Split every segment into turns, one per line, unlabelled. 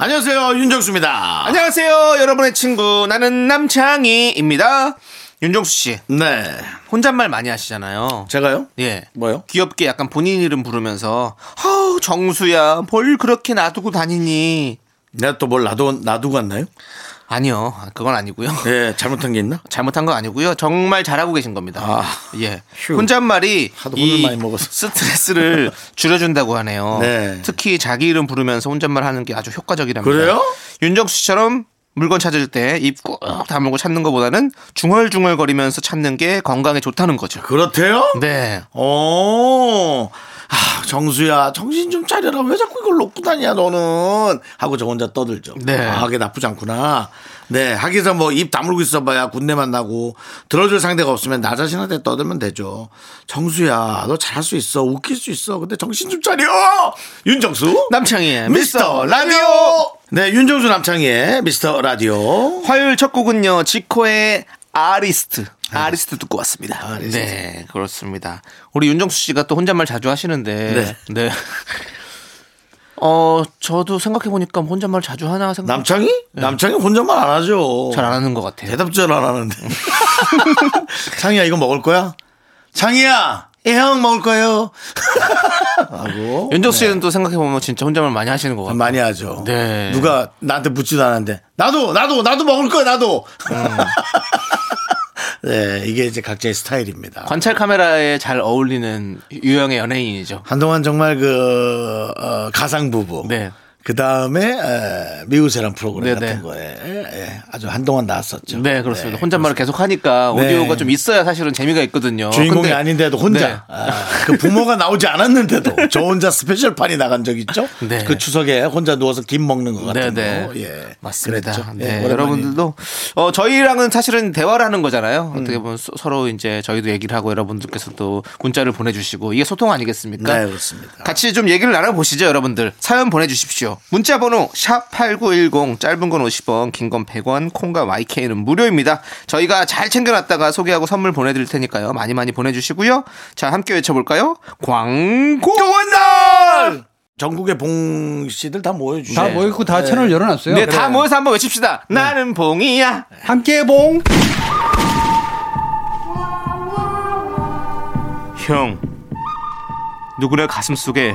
안녕하세요 윤정수입니다.
안녕하세요, 여러분의 친구 나는 남창희입니다. 윤종수 씨
네,
혼잣말 많이 하시잖아요.
제가요?
예,
뭐요?
귀엽게 약간 본인 이름 부르면서 아우 정수야, 뭘 그렇게 놔두고 다니니?
내가 또 뭘 놔두 놔두고 왔나요?
아니요, 그건 아니고요.
예, 잘못한 게 있나?
잘못한 거 아니고요. 정말 잘하고 계신 겁니다.
아,
예.
휴.
혼잣말이
하도 혼을
이
많이 먹어서.
스트레스를 줄여준다고 하네요.
네.
특히 자기 이름 부르면서 혼잣말 하는 게 아주 효과적이랍니다.
그래요?
윤정수 씨처럼 물건 찾을 때 입 꾹 다물고 찾는 것보다는 중얼중얼거리면서 찾는 게 건강에 좋다는 거죠.
그렇대요?
네.
어. 아, 정수야, 정신 좀 차려라. 왜 자꾸 이걸 놓고 다니냐, 너는. 하고 저 혼자 떠들죠.
네.
아, 그게 나쁘지 않구나. 네. 하기서 뭐 입 다물고 있어봐야 군내만 나고 들어줄 상대가 없으면 나 자신한테 떠들면 되죠. 정수야, 너 잘할 수 있어. 웃길 수 있어. 근데 정신 좀 차려! 윤정수. 네,
남창희의
미스터 라디오! 네, 윤정수 남창희의 미스터 라디오.
화요일 첫 곡은요 지코의 아리스트 아리스트 듣고 왔습니다.
아리스트.
네 그렇습니다. 우리 윤정수 씨가 또 혼잣말 자주 하시는데 네. 어 저도 생각해 보니까 혼잣말 자주 하나 생각
남창희? 남창희 혼잣말 안 하죠.
잘안 하는 것 같아요.
대답절 안 하는데. 창희야, 이거 먹을 거야? 창희야, 예, 형 먹을 거예요. 하고.
윤정수 씨는 또 생각해 보면 진짜 혼잣말 많이 하시는 것 같아요.
네. 많이 하죠.
네.
누가 나한테 붙지도 않았는데. 나도, 나도, 나도 먹을 거야, 나도. 네, 이게 이제 각자의 스타일입니다.
음. 관찰 카메라에 잘 어울리는 유형의 연예인이죠.
한동안 정말 그, 어, 가상부부.
네.
그 다음에 미우새란 프로그램
네, 네.
같은 거에 예, 아주 한동안 나왔었죠.
네 그렇습니다. 혼잣말을 계속 하니까
네.
오디오가 좀 있어야 사실은 재미가 있거든요.
주인공이
어, 근데- 네.
아닌데도 혼자 아, 그 부모가 나오지 않았는데도 저 혼자 스페셜 판이 나간 적 있죠.
네.
그 추석에 혼자 누워서 김 먹는 것 같은
네네.
거. 예.
맞습니다.
그랬죠. 예,
네,
오랜만이에요.
여러분들도 어, 저희랑은 사실은 대화를 하는 거잖아요. 어떻게 보면 서, 로 이제 저희도 얘기를 하고 여러분들께서도 문자를 보내주시고 이게 소통 아니겠습니까?
네, 그렇습니다.
같이 좀 얘기를 나눠보시죠, 여러분들. 사연 보내주십시오. 문자번호 샵 #8910 짧은 건 50원, 긴 건 100원, 콩과 YK는 무료입니다. 저희가 잘 챙겨놨다가 소개하고 선물 보내드릴 테니까요. 많이 많이 보내주시고요. 자, 함께 외쳐볼까요? 광고 날!
전국의 봉 씨들 다 모여 주시고
다 모였고 다 채널 열어놨어요.
네, 다 모여서 한번 외칩시다. 나는 네. 봉이야.
함께 봉.
형, 누구네 가슴 속에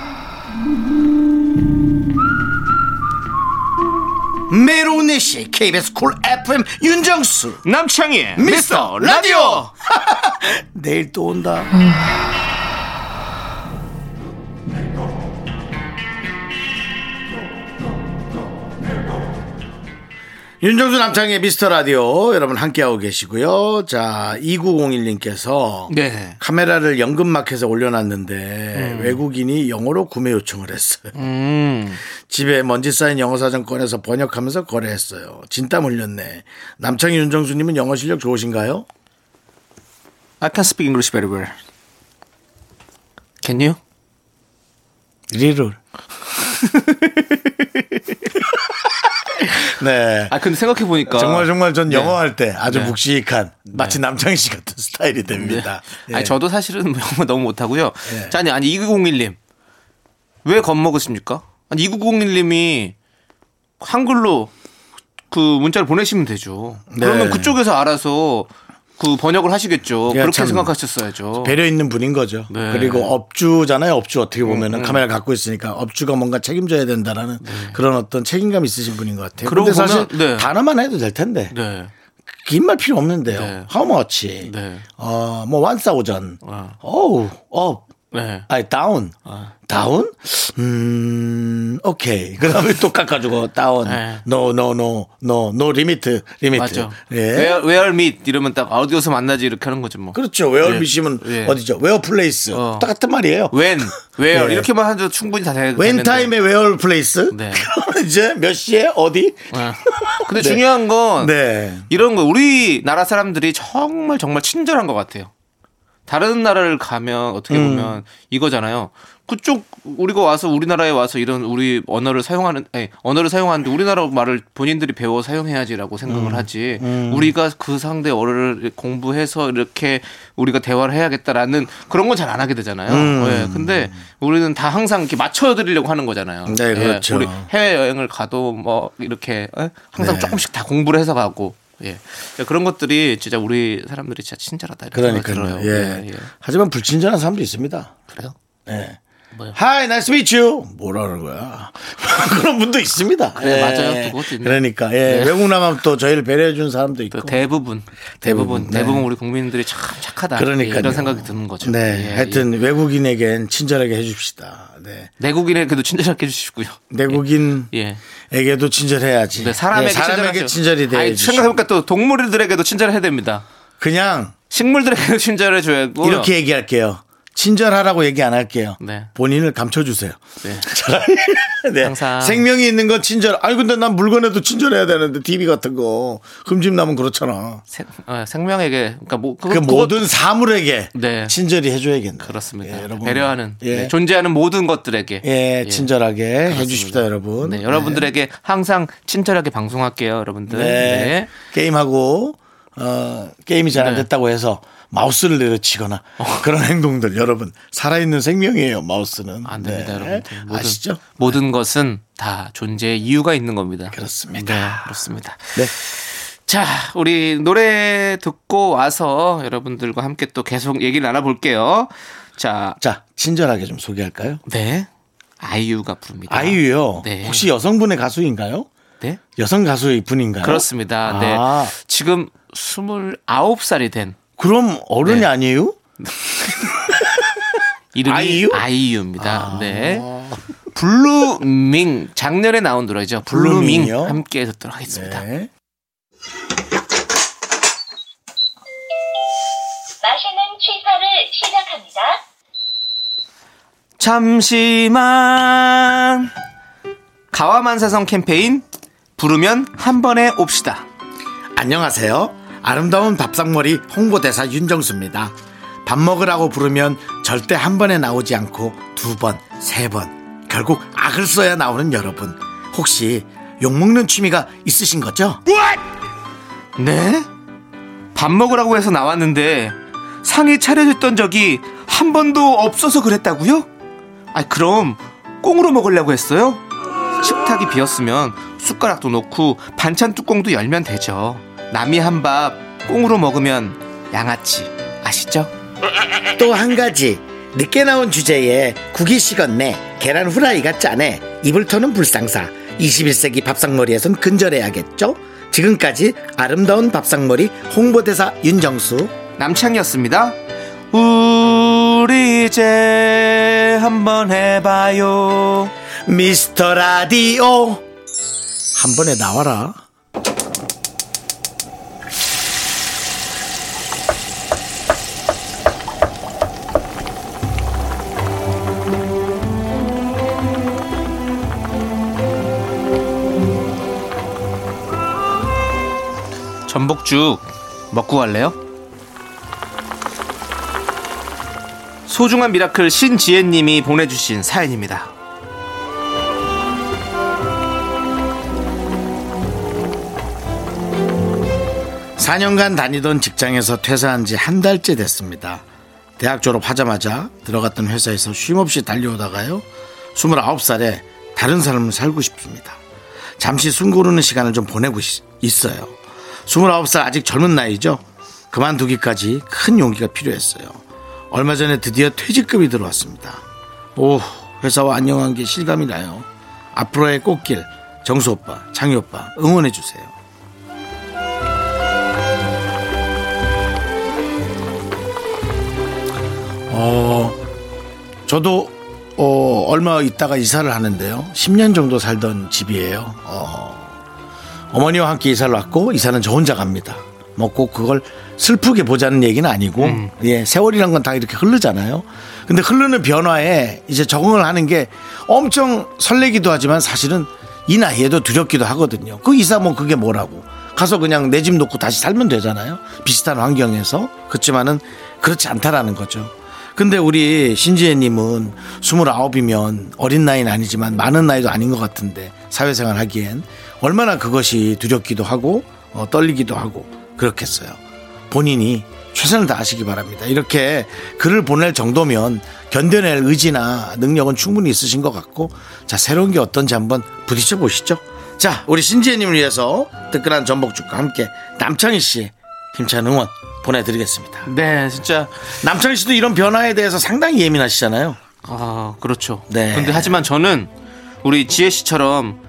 매일 오후 4시 KBS 콜 FM 윤정수
남창희.
미스터 라디오 내일 또 온다 윤정수 남창의 미스터 라디오 여러분 함께하고 계시고요 자 2901님께서
네.
카메라를 연금마켓에 올려놨는데 외국인이 영어로 구매 요청을 했어요
음.
집에 먼지 쌓인 영어 사전 꺼내서 번역하면서 거래했어요 진땀 흘렸네 남창희 윤정수님은 영어 실력 좋으신가요?
I can speak English very well. Can you?
리롤. 네.
아 근데 생각해 보니까
정말 정말 전 영어 할 때 아주
네. 네.
묵직한 마치 남창희 씨 같은 스타일이 됩니다. 예.
아니 저도 사실은 영어 너무 못하고요.
예.
자, 아니 아니 2901님 왜 겁먹으십니까? 아니 2901님이 한글로 그 문자를 보내시면 되죠.
네.
그러면 그쪽에서 알아서 그 번역을 하시겠죠.
야,
그렇게
예, 참.
생각하셨어야죠.
배려 있는 분인 거죠.
네. 음,
그리고 업주잖아요. 업주 어떻게 보면은 카메라 갖고 있으니까 업주가 뭔가 책임져야 된다라는 그런 어떤 책임감 있으신 분인 것 같아요.
네. 그러고
근데 사실
보면, 네.
단어만 해도 될 텐데
네.
긴 말 필요 없는데요.
네.
How much?
네.
어, 뭐, 1,000.
아.
어우, 업.
네.
아니, 다운. 다운? 음, 오케이. 그 다음에 또 깎아주고, 다운.
네.
노, 노, 노, 노, 노, 리미트, 리미트.
맞죠.
예.
Where, where meet 이러면 딱 아, 어디서 만나지 이렇게 하는 거죠 뭐.
그렇죠. 웨어
예.
미심은
예.
어디죠? 웨어 플레이스.
어.
똑같은 말이에요.
When, where
예.
이렇게만 하도 충분히 다 되는데.
웬 타임에 웨어 플레이스?
네.
그럼 이제 몇 시에 어디?
예. 근데 중요한 건
네.
이런 거 우리나라 사람들이 정말 정말 친절한 것 같아요. 다른 나라를 가면 어떻게
음.
보면 이거잖아요. 그쪽 우리가 와서 우리나라에 와서 이런 우리 언어를 사용하는 아니, 언어를 사용하는데 우리나라 말을 본인들이 배워 사용해야지라고
음.
생각을 하지. 우리가 그 상대 언어를 공부해서 이렇게 우리가 대화를 해야겠다라는 그런 건 잘 안 하게 되잖아요.
음.
예. 근데 우리는 다 항상 이렇게 맞춰 드리려고 하는 거잖아요.
네,
예,
그렇죠.
우리 해외 여행을 가도 뭐 이렇게 어? 항상
네.
조금씩 다 공부를 해서 가고 예 그런 것들이 진짜 우리 사람들이 진짜 친절하다 이렇게 생각이
그러니까요. 예.
들어요. 예, 예.
하지만 불친절한 사람도 있습니다.
그래요?
예.
뭐요?
하이 나이스 미츄 뭐라는 거야 그런 분도 있습니다.
그래, 맞아요. 또 그것도 있네.
그러니까 예.
네.
외국 나가면 또 저희를 배려해 주는 사람도 있고.
또그 대부분 대부분 대부분 우리 국민들이 참 착하다
네. 그러니까
예, 이런 생각이 드는 거죠.
네,
예, 예.
하여튼 외국인에겐 친절하게 해주십시다. 네,
내국인에게도 친절하게 해주시고요.
내국인
예.
에게도 친절해야지.
네, 사람에게,
예, 사람에게
친절하죠.
친절이
아니,
돼야지.
생각해보니까 또 동물들에게도 친절해야 됩니다.
그냥
식물들에게도 친절해줘야 되고
이렇게 얘기할게요. 친절하라고 얘기 안 할게요.
어. 네.
본인을 감춰주세요.
네.
차라리. 네.
항상.
생명이 있는 건 친절. 아니 근데 난 물건에도 친절해야 되는데 TV 같은 거 흠집 나면 그렇잖아.
생, 어, 생명에게 그러니까 뭐
그 모든 사물에게
네.
친절히 해줘야겠네.
그렇습니다.
예, 여러분.
배려하는
예.
네, 존재하는 모든 것들에게
예, 친절하게 해주십시다,
그렇습니다.
여러분.
네, 여러분들에게 항상 친절하게 방송할게요, 여러분들.
네.
네.
게임하고 어, 게임이 잘 안
네. 어.
됐다고 해서 마우스를 내려치거나 그런 행동들 여러분 살아있는 생명이에요. 마우스는
안 됩니다, 여러분들. 모든,
네. 아시죠?
모든 것은 다 존재의 이유가 있는 겁니다.
그렇습니다.
네, 그렇습니다.
네.
자, 우리 노래 듣고 와서 여러분들과 함께 또 계속 얘기를 나눠볼게요. 자,
자, 친절하게 좀 소개할까요?
네. 아이유가 부릅니다.
아이유요.
네.
혹시 여성분의 가수인가요?
네.
여성 가수의 분인가요?
그렇습니다.
아.
네. 지금 29살이 된
그럼 어른이
네.
아니에요?
이름이
아이유?
아이유? 입니다 네. 블루밍 작년에 나온 노래죠. 블루밍
블루밍이요?
함께 듣도록 하겠습니다.
네.
마시는 취사를 시작합니다.
잠시만 가와만사성 캠페인 부르면 한 번에 옵시다.
안녕하세요. 아름다운 밥상머리 홍보대사 윤정수입니다. 밥 먹으라고 부르면 절대 한 번에 나오지 않고 두 번, 세 번, 결국 악을 써야 나오는 여러분. 혹시 욕먹는 취미가 있으신 거죠?
네? 밥 먹으라고 해서 나왔는데 상이 차려졌던 적이 한 번도 없어서 그랬다고요? 아 그럼 꽁으로 먹으려고 했어요? 식탁이 비었으면 숟가락도 놓고 반찬 뚜껑도 열면 되죠. 남이 한 밥 꽁으로 먹으면 양아치 아시죠?
또 한 가지. 늦게 나온 주제에 국이 식었네, 계란 후라이가 짜네, 이불 터는 불상사. 21세기 밥상머리에선 근절해야겠죠? 지금까지 아름다운 밥상머리 홍보대사 윤정수.
남창이었습니다. 우리 이제 한번 해봐요.
미스터 라디오 한 번에 나와라
전복죽 먹고 갈래요? 소중한 미라클 신지혜님이 보내주신 사연입니다.
사년간 다니던 직장에서 퇴사한 지 한 달째 됐습니다 대학 졸업하자마자 들어갔던 회사에서 쉼없이 달려오다가요 29살에 다른 삶을 살고 싶습니다 잠시 숨 고르는 시간을 좀 보내고 있- 있어요 29살 아직 젊은 나이죠 그만두기까지 큰 용기가 필요했어요 얼마 전에 드디어 퇴직금이 들어왔습니다 오 회사와 안녕한 게 실감이 나요 앞으로의 꽃길 정수 오빠 장희 오빠 응원해 주세요 어, 저도 어, 얼마 있다가 이사를 하는데요. 10년 정도 살던 집이에요. 어, 머니와 함께 이사를 왔고 이사는 저 혼자 갑니다. 뭐 꼭 그걸 슬프게 보자는 얘기는 아니고 예, 세월이란 건 다 이렇게 흐르잖아요. 근데 흐르는 변화에 이제 적응을 하는 게 엄청 설레기도 하지만 사실은 이 나이에도 두렵기도 하거든요. 그 이사 뭐 그게 뭐라고 가서 그냥 내 집 놓고 다시 살면 되잖아요. 비슷한 환경에서 그렇지만은 그렇지 않다라는 거죠. 근데 우리 신지혜님은 29이면 어린 나이는 아니지만 많은 나이도 아닌 것 같은데 사회생활 하기엔 얼마나 그것이 두렵기도 하고 어, 떨리기도 하고 그렇겠어요. 본인이 최선을 다하시기 바랍니다. 이렇게 글을 보낼 정도면 견뎌낼 의지나 능력은 충분히 있으신 것 같고 자 새로운 게 어떤지 한번 부딪혀 보시죠. 자 우리 신지혜님을 위해서 뜨끈한 전복죽과 함께 남창희 씨의 힘찬 응원 보내드리겠습니다.
네, 진짜
남창희 씨도 이런 변화에 대해서 상당히 예민하시잖아요.
아 그렇죠.
네.
근데 하지만 저는 우리 지혜 씨처럼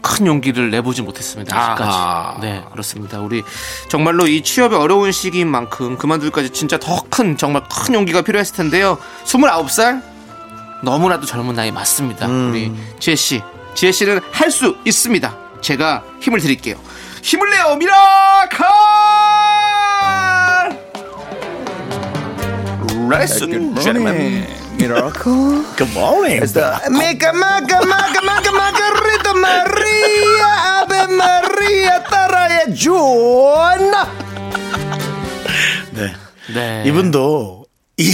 큰 용기를 내보지 못했습니다. 아직까지.
아하.
네, 그렇습니다. 우리 정말로 이 취업이 어려운 시기인 만큼 그만둘까지 진짜 더 큰 정말 큰 용기가 필요했을 텐데요. 29살 너무나도 젊은 나이 맞습니다.
음.
우리 지혜 씨, 지혜 씨는 할 수 있습니다. 제가 힘을 드릴게요. 힘을 내요, 미라클! 레슨 제르맨
Good morning.
Mica, maca, maca, maca, macarrita, María, Ave María, Taraya, Juana.
네.
네.
이분도 이,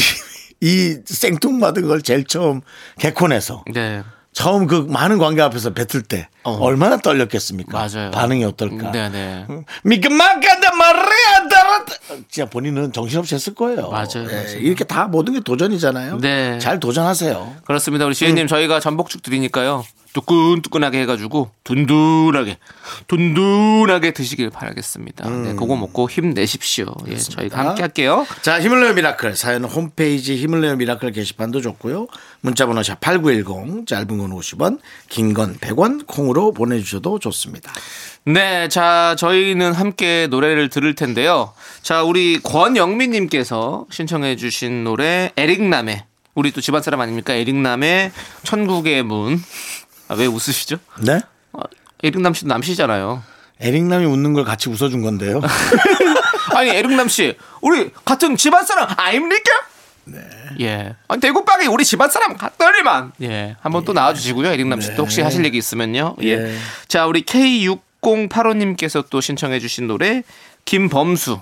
이 생뚱맞은 걸 제일 처음 개콘에서
네.
처음 그 많은 관객 앞에서 뱉을 때 얼마나 떨렸겠습니까?
어. 맞아요.
반응이 어떨까?
네, 네.
미끄마카다 마리아 따라따. 진짜 본인은 정신없이 했을 거예요.
맞아요,
예,
맞아요.
이렇게 다 모든 게 도전이잖아요.
네.
잘 도전하세요.
그렇습니다. 우리 시인님 저희가 전복죽 드리니까요. 뜨끈뜨끈하게 해가지고 둔둔하게 둔둔하게 드시길 바라겠습니다. 네, 그거 먹고 힘내십시오. 예, 저희가 함께 할게요.
자, 힘을 내요 미라클. 사연은 홈페이지 힘을 내요 미라클 게시판도 좋고요. 문자번호 샵8910, 짧은 건 50원, 긴 건 100원, 콩으로 보내주셔도 좋습니다.
네, 자 저희는 함께 노래를 들을 텐데요. 자 우리 권영민님께서 신청해주신 노래 에릭남의 우리 또 집안 사람 아닙니까? 에릭남의 천국의 문. 아, 왜 웃으시죠?
네?
아, 에릭남 씨도 남씨잖아요.
에릭남이 웃는 걸 같이 웃어준 건데요.
아니 에릭남 씨, 우리 같은 집안 사람 아닙니까? 네. 예. 아니 대구빵이 우리 집안 사람 같더니만. 예. 한번 또 나와주시고요. 에릭남 씨도 혹시 하실 얘기 있으면요. 예.
예.
자 우리 K6085님께서 또 신청해주신 노래 김범수.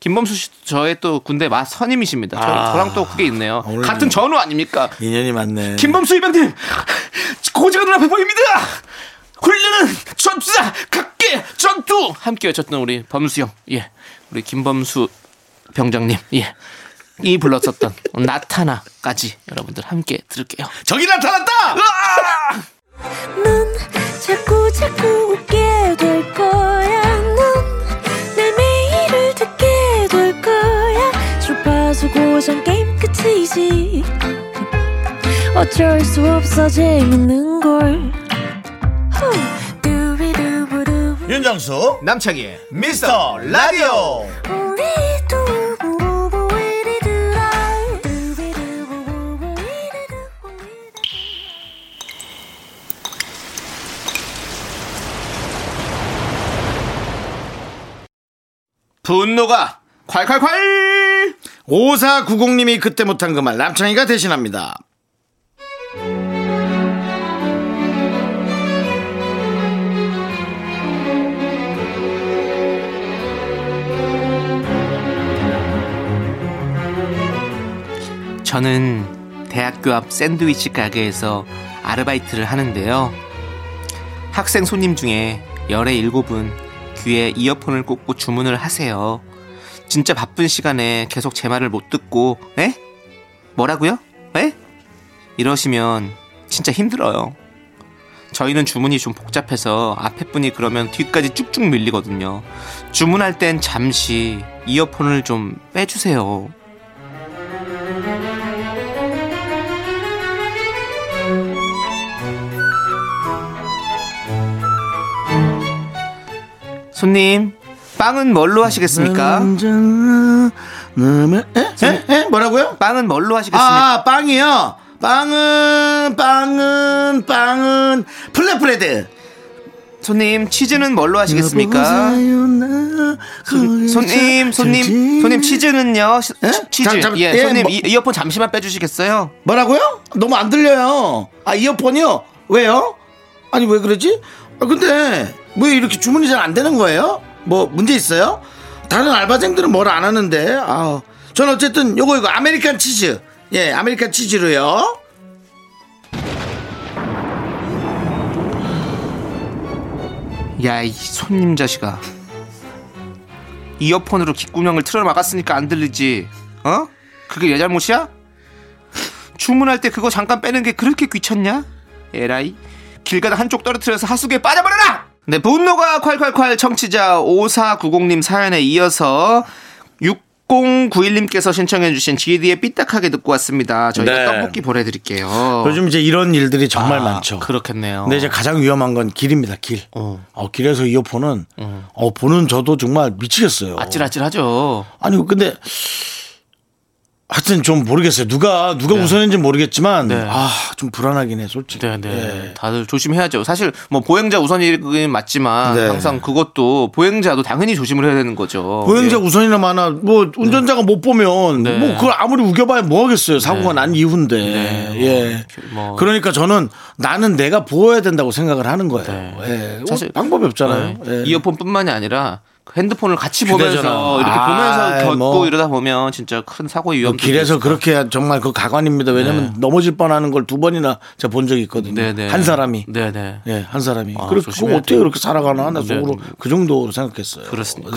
김범수 씨 저의 또 군대 마 선임이십니다. 저, 저랑 또 그게 있네요.
오늘
같은 전우 아닙니까?
인연이 많네.
김범수 이병님 고지가 눈앞에 보입니다. 훈련은 전투다 각계 전투 함께 외쳤던 우리 범수 형, 예, 우리 김범수 병장님, 예, 이 불렀었던 나타나까지 여러분들 함께 들을게요.
저기 나타났다!
넌 자꾸 자꾸 웃게 될 거야. 넌내 매일을 듣게 될 거야. 주파수 고정 게임 끝이지. 어쩔 수 없어 재밌는 걸. 후. 두비두부두.
윤정수,
남창희
미스터 라디오!
우리 두부부부 우리들아. 두비두부부부 우리들아.
분노가 콸콸콸
5490님이 그때 못한 그 말 남창희가 대신합니다.
저는 대학교 앞 샌드위치 가게에서 아르바이트를 하는데요. 학생 손님 중에 열의 일곱은 귀에 이어폰을 꽂고 주문을 하세요. 진짜 바쁜 시간에 계속 제 말을 못 듣고, 에? 뭐라고요? 에? 이러시면 진짜 힘들어요. 저희는 주문이 좀 복잡해서 앞에 분이 그러면 뒤까지 쭉쭉 밀리거든요. 주문할 땐 잠시 이어폰을 좀 빼주세요. 손님, 빵은 뭘로 하시겠습니까?
음, 에? 에? 에? 뭐라고요?
빵은 뭘로 하시겠습니까?
아, 아, 빵이요. 빵은 빵은 빵은 플랫브레드.
손님 치즈는 뭘로 하시겠습니까? 손- 손님 손님 손님 치즈는요? 시-
에?
치즈
잠- 잠-
예,
예,
손님
뭐-
이, 이어폰 잠시만 빼주시겠어요?
뭐라고요? 너무 안 들려요. 아 이어폰이요? 왜요? 아니 왜 그러지? 아 근데 왜 이렇게 주문이 잘 안 되는 거예요? 뭐 문제 있어요? 다른 알바생들은 뭘 안 하는데? 아, 전 어쨌든 요거 이거 아메리칸 치즈. 예, 아메리칸 치즈로요.
야 이 손님 자식아 이어폰으로 귓구멍을 틀어막았으니까 안 들리지 어? 그게 내 잘못이야? 주문할 때 그거 잠깐 빼는 게 그렇게 귀찮냐? 에라이 길 가다 한쪽 떨어뜨려서 하수구에 빠져버려라! 네 분노가 콸콸콸 청취자 5490님 사연에 이어서 6091님께서 신청해주신 GD의 삐딱하게 듣고 왔습니다 저희가
네.
떡볶이 보내드릴게요
요즘 이제 이런 일들이 정말
아,
많죠.
그렇겠네요
근데 이제 가장 위험한 건 길입니다. 길.
어.
어. 길에서 이어폰은 어 보는 저도 정말 미치겠어요.
아찔아찔하죠
아니 근데 하여튼 좀 모르겠어요. 누가 누가 우선인지 는 모르겠지만 아 좀 불안하긴 해 솔직히.
네, 네.
예.
다들 조심해야죠. 사실 뭐 보행자 우선이긴 맞지만
네.
항상 그것도 보행자도 당연히 조심을 해야 되는 거죠.
보행자
예. 네.
우선이나 많아 뭐 운전자가 못 보면 뭐 그걸 아무리 우겨봐야 뭐 하겠어요 사고가 난 이후인데 예
네. 뭐.
그러니까 저는 나는 내가 보호해야 된다고 생각을 하는 거예요 예
네. 사실-
사실 방법이 없잖아요
네.
예.
이어폰뿐만이 아니라 그 핸드폰을 같이
휴대전화.
보면서 이렇게
아,
보면서 겪고
뭐.
이러다 보면 진짜 큰 사고
그
의 위험.
길에서 그렇게 정말 그 가관입니다 왜냐면 넘어질 뻔하는 걸 두 번이나 제가 본 적이 있거든요
네. 네네.
한 사람이
네네.
예, 한 사람이.
아,
그래서 그거
조심해야
어떻게
돼요.
그렇게 살아가나 나
네.
속으로 그 정도로 생각했어요.
그렇습니다.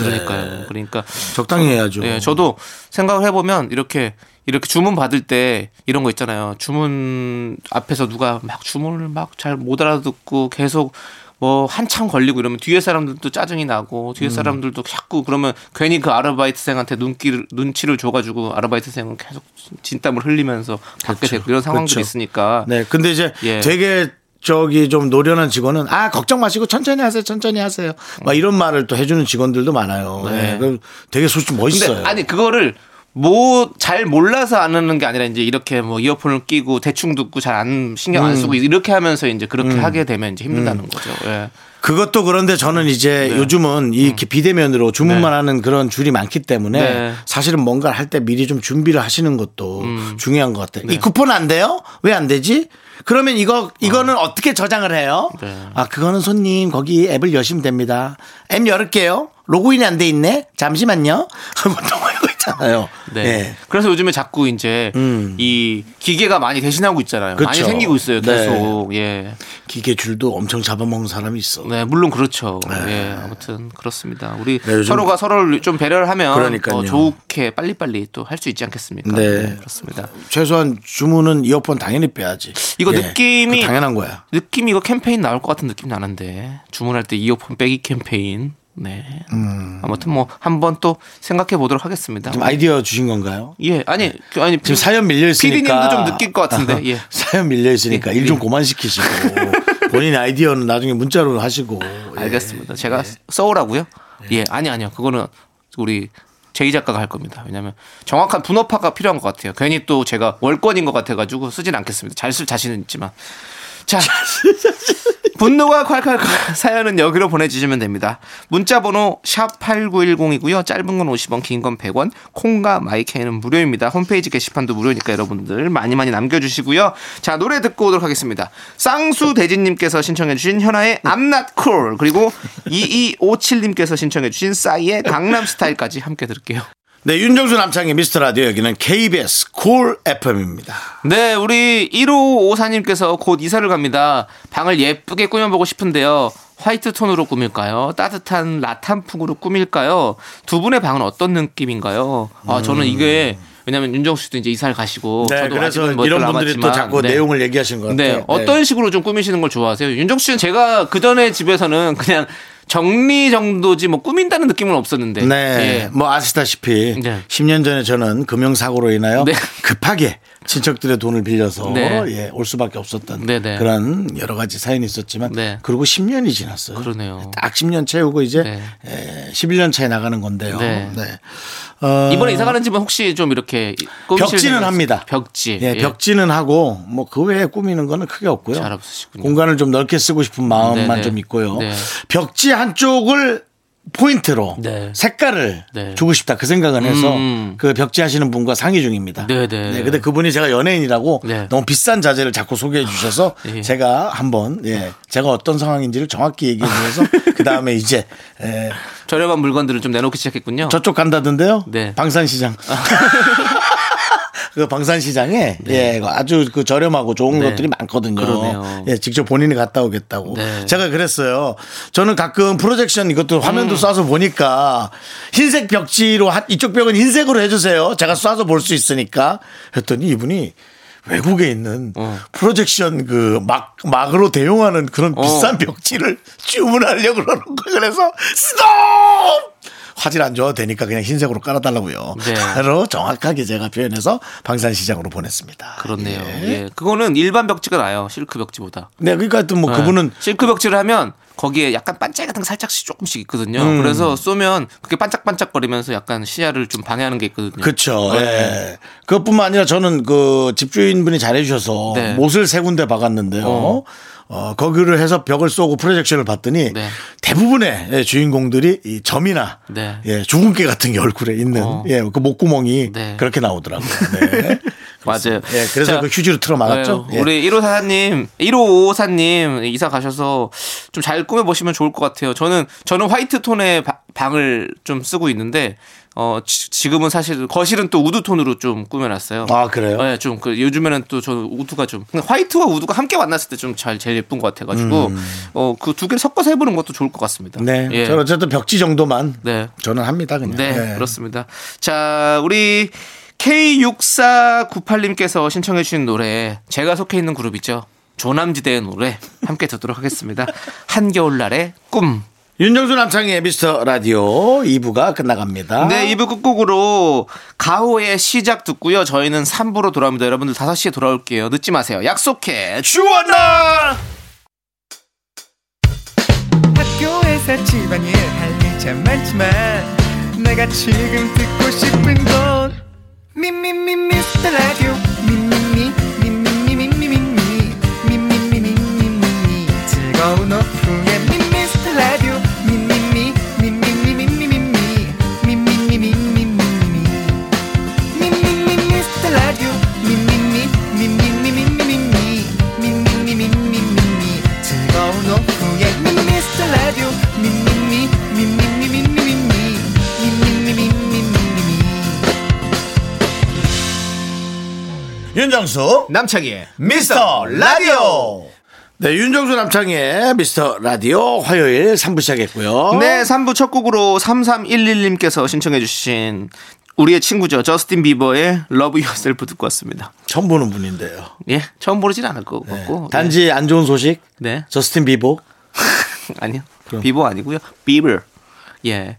네.
그러니까요. 그러니까
적당히 해야죠.
예, 저도 생각을 해보면 이렇게 이렇게 주문 받을 때 이런 거 있잖아요. 주문 앞에서 누가 막 주문을 막 잘 못 알아듣고 계속 뭐 한참 걸리고 이러면 뒤에 사람들도 짜증이 나고
음.
뒤에 사람들도 자꾸 그러면 괜히 그 아르바이트생한테 눈길 눈치를 줘가지고 아르바이트생은 계속 진땀을 흘리면서 받게 되고 이런 상황들이
그렇죠.
있으니까
네, 근데 이제
예.
되게 저기 좀 노련한 직원은 아 걱정 마시고 천천히 하세요, 천천히 하세요. 막 이런 말을 또 해주는 직원들도 많아요.
네.
네, 그럼 되게 솔직히
근데
멋있어요.
아니 그거를 뭐 잘 몰라서 안 하는 게 아니라 이제 이렇게 뭐 이어폰을 끼고 대충 듣고 잘 안 신경
음.
안 쓰고 이렇게 하면서 이제 그렇게 하게 되면 이제 힘들다는 거죠. 예.
그것도 그런데 저는 이제
네.
요즘은 이렇게 비대면으로 주문만 하는 그런 줄이 많기 때문에
음. 네.
사실은 뭔가를 할 때 미리 좀 준비를 하시는 것도
음.
중요한 것 같아요.
네.
이 쿠폰 안 돼요? 왜 안 되지? 그러면 이거 이거는 어. 떻게 저장을 해요?
네.
아 그거는 손님 거기 앱을 여시면 됩니다. 앱 열을게요. 로그인이 안 돼 있네. 잠시만요. 보통 이거 있잖아요.
네.
네.
그래서 요즘에 자꾸 이제 이 기계가 많이 대신하고 있잖아요. 많이
음. 그렇죠.
생기고 있어요. 계속. 예.
기계 줄도 엄청 잡아먹는 사람이 있어.
네, 물론 그렇죠. 예. 아무튼 그렇습니다. 우리
네, 요즘-
서로가 서로를 좀 배려를 하면
그러니까요.
더 좋게 빨리빨리 또 할 수 있지 않겠습니까?
네.
그렇습니다.
최소한 주문은 이어폰 당연히 빼야지.
이거
예.
느낌이-
그거 당연한 거야.
느낌이 이거 캠페인 나올 것 같은 느낌 나는데 주문할 때 이어폰 빼기 캠페인 네
음.
아무튼 뭐 한번 또 생각해 보도록 하겠습니다
지금 아이디어 주신 건가요?
예 아니 그, 아니
지금 사연 밀려 있으니까 네.
피디님도 좀 느낄 것 같은데 예
사연 밀려 있으니까 일 좀 고만 시키시고 본인 아이디어는 나중에 문자로 하시고 예.
알겠습니다 제가 써오라고요
네.
예 아니 아니요 그거는 우리 제이 작가가 할 겁니다 왜냐면 정확한 분업화가 필요한 것 같아요 괜히 또 제가 월권인 것 같아가지고 쓰진 않겠습니다 잘 쓸 자신은 있지만 자 분노가 콸콸콸 사연은 여기로 보내주시면 됩니다. 문자 번호 샵 8910이고요. 짧은 건 50원, 긴 건 100원, 콩과 마이케이는 무료입니다. 홈페이지 게시판도 무료니까 여러분들 많이 많이 남겨주시고요. 자 노래 듣고 오도록 하겠습니다. 쌍수 대진님께서 신청해 주신 현아의 I'm Not Cool 그리고 2257님께서 신청해 주신 싸이의 강남스타일까지 함께 들을게요.
네 윤정수 남창의 미스터 라디오 여기는 KBS 콜 FM입니다.
네, 우리 1554님께서 곧 이사를 갑니다. 방을 예쁘게 꾸며보고 싶은데요. 화이트 톤으로 꾸밀까요? 따뜻한 라탄풍으로 꾸밀까요? 두 분의 방은 어떤 느낌인가요? 아, 저는 이게 왜냐면 윤정수 씨도 이제 이사를 가시고
네
저도
그래서
아직은 뭐
이런
별로 안
분들이 또
왔지만,
자꾸
네.
내용을 얘기하신 것 같아요.
네, 어떤 식으로 좀 꾸미시는 걸 좋아하세요? 윤정수 씨는 제가 그 전에 집에서는 그냥 정리 정도지 뭐 꾸민다는 느낌은 없었는데.
네,
예.
뭐 아시다시피
네.
10년 전에 저는 금융 사고로 인하여
네.
급하게 친척들의 돈을 빌려서
네.
예, 올 수밖에 없었던
네네.
그런 여러 가지 사연이 있었지만
네. 그렇죠.
그리고 10년이 지났어요.
그러네요.
딱 10년 채우고 이제
네.
에, 11년 차에 나가는 건데요.
네.
네. 어,
이번에 이사 가는 집은 혹시 좀 이렇게 꾸미실
벽지는
생각-
합니다.
벽지.
예, 벽지는 하고 뭐 그 외에 꾸미는 거는 크게 없고요.
잘 없으시군요.
공간을 좀 넓게 쓰고 싶은 마음만
네네.
좀 있고요.
네.
벽지 한쪽을 포인트로
네.
색깔을
네.
주고 싶다 그 생각은 해서
음.
그 벽지 하시는 분과 상의 중입니다.
네네.
근데 그분이 제가 연예인이라고
네.
너무 비싼 자재를 자꾸 소개해 주셔서
예.
제가 한번 예, 제가 어떤 상황인지를 정확히 얘기해 주셔서 그 다음에 이제 예,
저렴한 물건들을 좀 내놓기 시작했군요.
저쪽 간다던데요?
네.
방산시장. 그 방산시장에 예 아주 그 저렴하고 좋은
네.
것들이 많거든요.
그러네요.
예 직접 본인이 갔다 오겠다고.
네.
제가 그랬어요. 저는 가끔 프로젝션 이것도
음.
화면도 쏴서 보니까 흰색 벽지로 하- 이쪽 벽은 흰색으로 해주세요. 제가 쏴서 볼 수 있으니까 했더니 이분이 외국에 있는
어.
프로젝션 그 막 막으로 대용하는
어.
그런 비싼 벽지를 주문하려고 그러는 거예요. 그래서 스톱 화질 안 좋아도 되니까 그냥 흰색으로 깔아달라고요.
네.
바로 정확하게 제가 표현해서 방산시장으로 보냈습니다.
그렇네요.
예.
예. 그거는 일반 벽지가 나아요. 실크 벽지보다.
네, 그러니까 또 뭐 그분은
네. 실크 벽지를 하면 거기에 약간 반짝이 같은 게 살짝씩 조금씩 있거든요.
음.
그래서 쏘면 그게 반짝반짝거리면서 약간 시야를 좀 방해하는 게 있거든요.
그렇죠.
어,
예. 그것뿐만 아니라 저는 그 집주인분이 잘해주셔서
네.
못을 세 군데 박았는데요. 어. 거기를 해서 벽을 쏘고 프로젝션을 봤더니
네.
대부분의 예, 주인공들이 이 점이나
네.
예, 주근깨 같은 게 얼굴에 있는
어.
예, 그 목구멍이
네.
그렇게 나오더라고요. 네.
맞아요.
예, 그래서
자,
그 휴지로 틀어 막았죠.
네,
예.
우리 1호 사사님, 1호 사님 이사 가셔서 좀 잘 꾸며 보시면 좋을 것 같아요. 저는 저는 화이트 톤의 바- 방을 좀 쓰고 있는데 어 지- 지금은 사실 거실은 또 우드 톤으로 좀 꾸며놨어요.
아, 그래요?
네, 좀그 요즘에는 또 저 우드가 좀 근데 화이트와 우드가 함께 만났을 때 좀 잘 제일 예쁜 것 같아가지고 어 그 두 개를 섞어서 해보는 것도 좋을 것 같습니다.
음. 네.
예.
저는 어쨌든 벽지 정도만
네.
저는 합니다. 그냥.
네,
예.
그렇습니다. 자, 우리 K6498님께서 신청해 주신 노래 제가 속해 있는 그룹이죠. 조남지대의 노래 함께 듣도록 하겠습니다. 한겨울날의 꿈.
윤정수 남창희의 미스터 라디오 2부가 끝나갑니다.
네, 2부 끝곡으로 가호의 시작 듣고요. 저희는 3부로 돌아옵니다. 여러분들 5시에 돌아올게요. 늦지 마세요. 약속해.
주원아!
학교에서 집안일 할 일 참 많지만 내가 지금 듣고 싶은 건 미미미 미스터 라디오 미미미 미미미 미미미 미미미 미미미 즐거운 오후에 미스터 라디오 미미미 미미미 미미미 미미미 미미미 미미미 미스터 라디오 미미미 미미미 미미미 미미미 미미미 즐거운 오후에 미스터 라디오 미미미 미미미 미미미 미미미 미미미
윤정수
남창희의
미스터 라디오! 네, 윤정수 남창희의 미스터 라디오 화요일 3부 시작했고요.
네, 3부 첫 곡으로 3311님께서 신청해 주신 우리의 친구죠. 저스틴 비버의 러브 유어셀프 듣고 왔습니다.
처음 보는 분인데요.
예, 처음 부르진 않을 것 같고. 예.
네, 단지 안 좋은 소식?
네.
저스틴 비보?
아니요. 비보 아니고요. 비버. 예.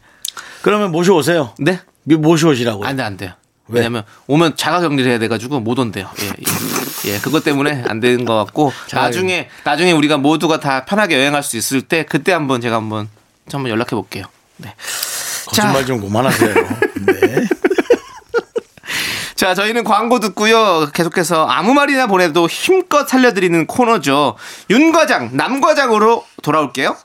그러면 모셔오세요.
네.
미- 모셔오시라고요.
안 돼, 안 돼요.
뭐? 왜?
왜냐면 오면 자가 격리를 해야 돼 가지고 못 온대요. 예. 예. 예, 그것 때문에 안 되는 것 같고 나중에
음.
나중에 우리가 모두가 다 편하게 여행할 수 있을 때 그때 한번 제가 한번 한번 연락해 볼게요. 네.
거짓말
자.
좀 그만하세요. 네.
자, 저희는 광고 듣고요. 계속해서 아무 말이나 보내도 힘껏 살려드리는 코너죠. 윤 과장, 남 과장으로 돌아올게요.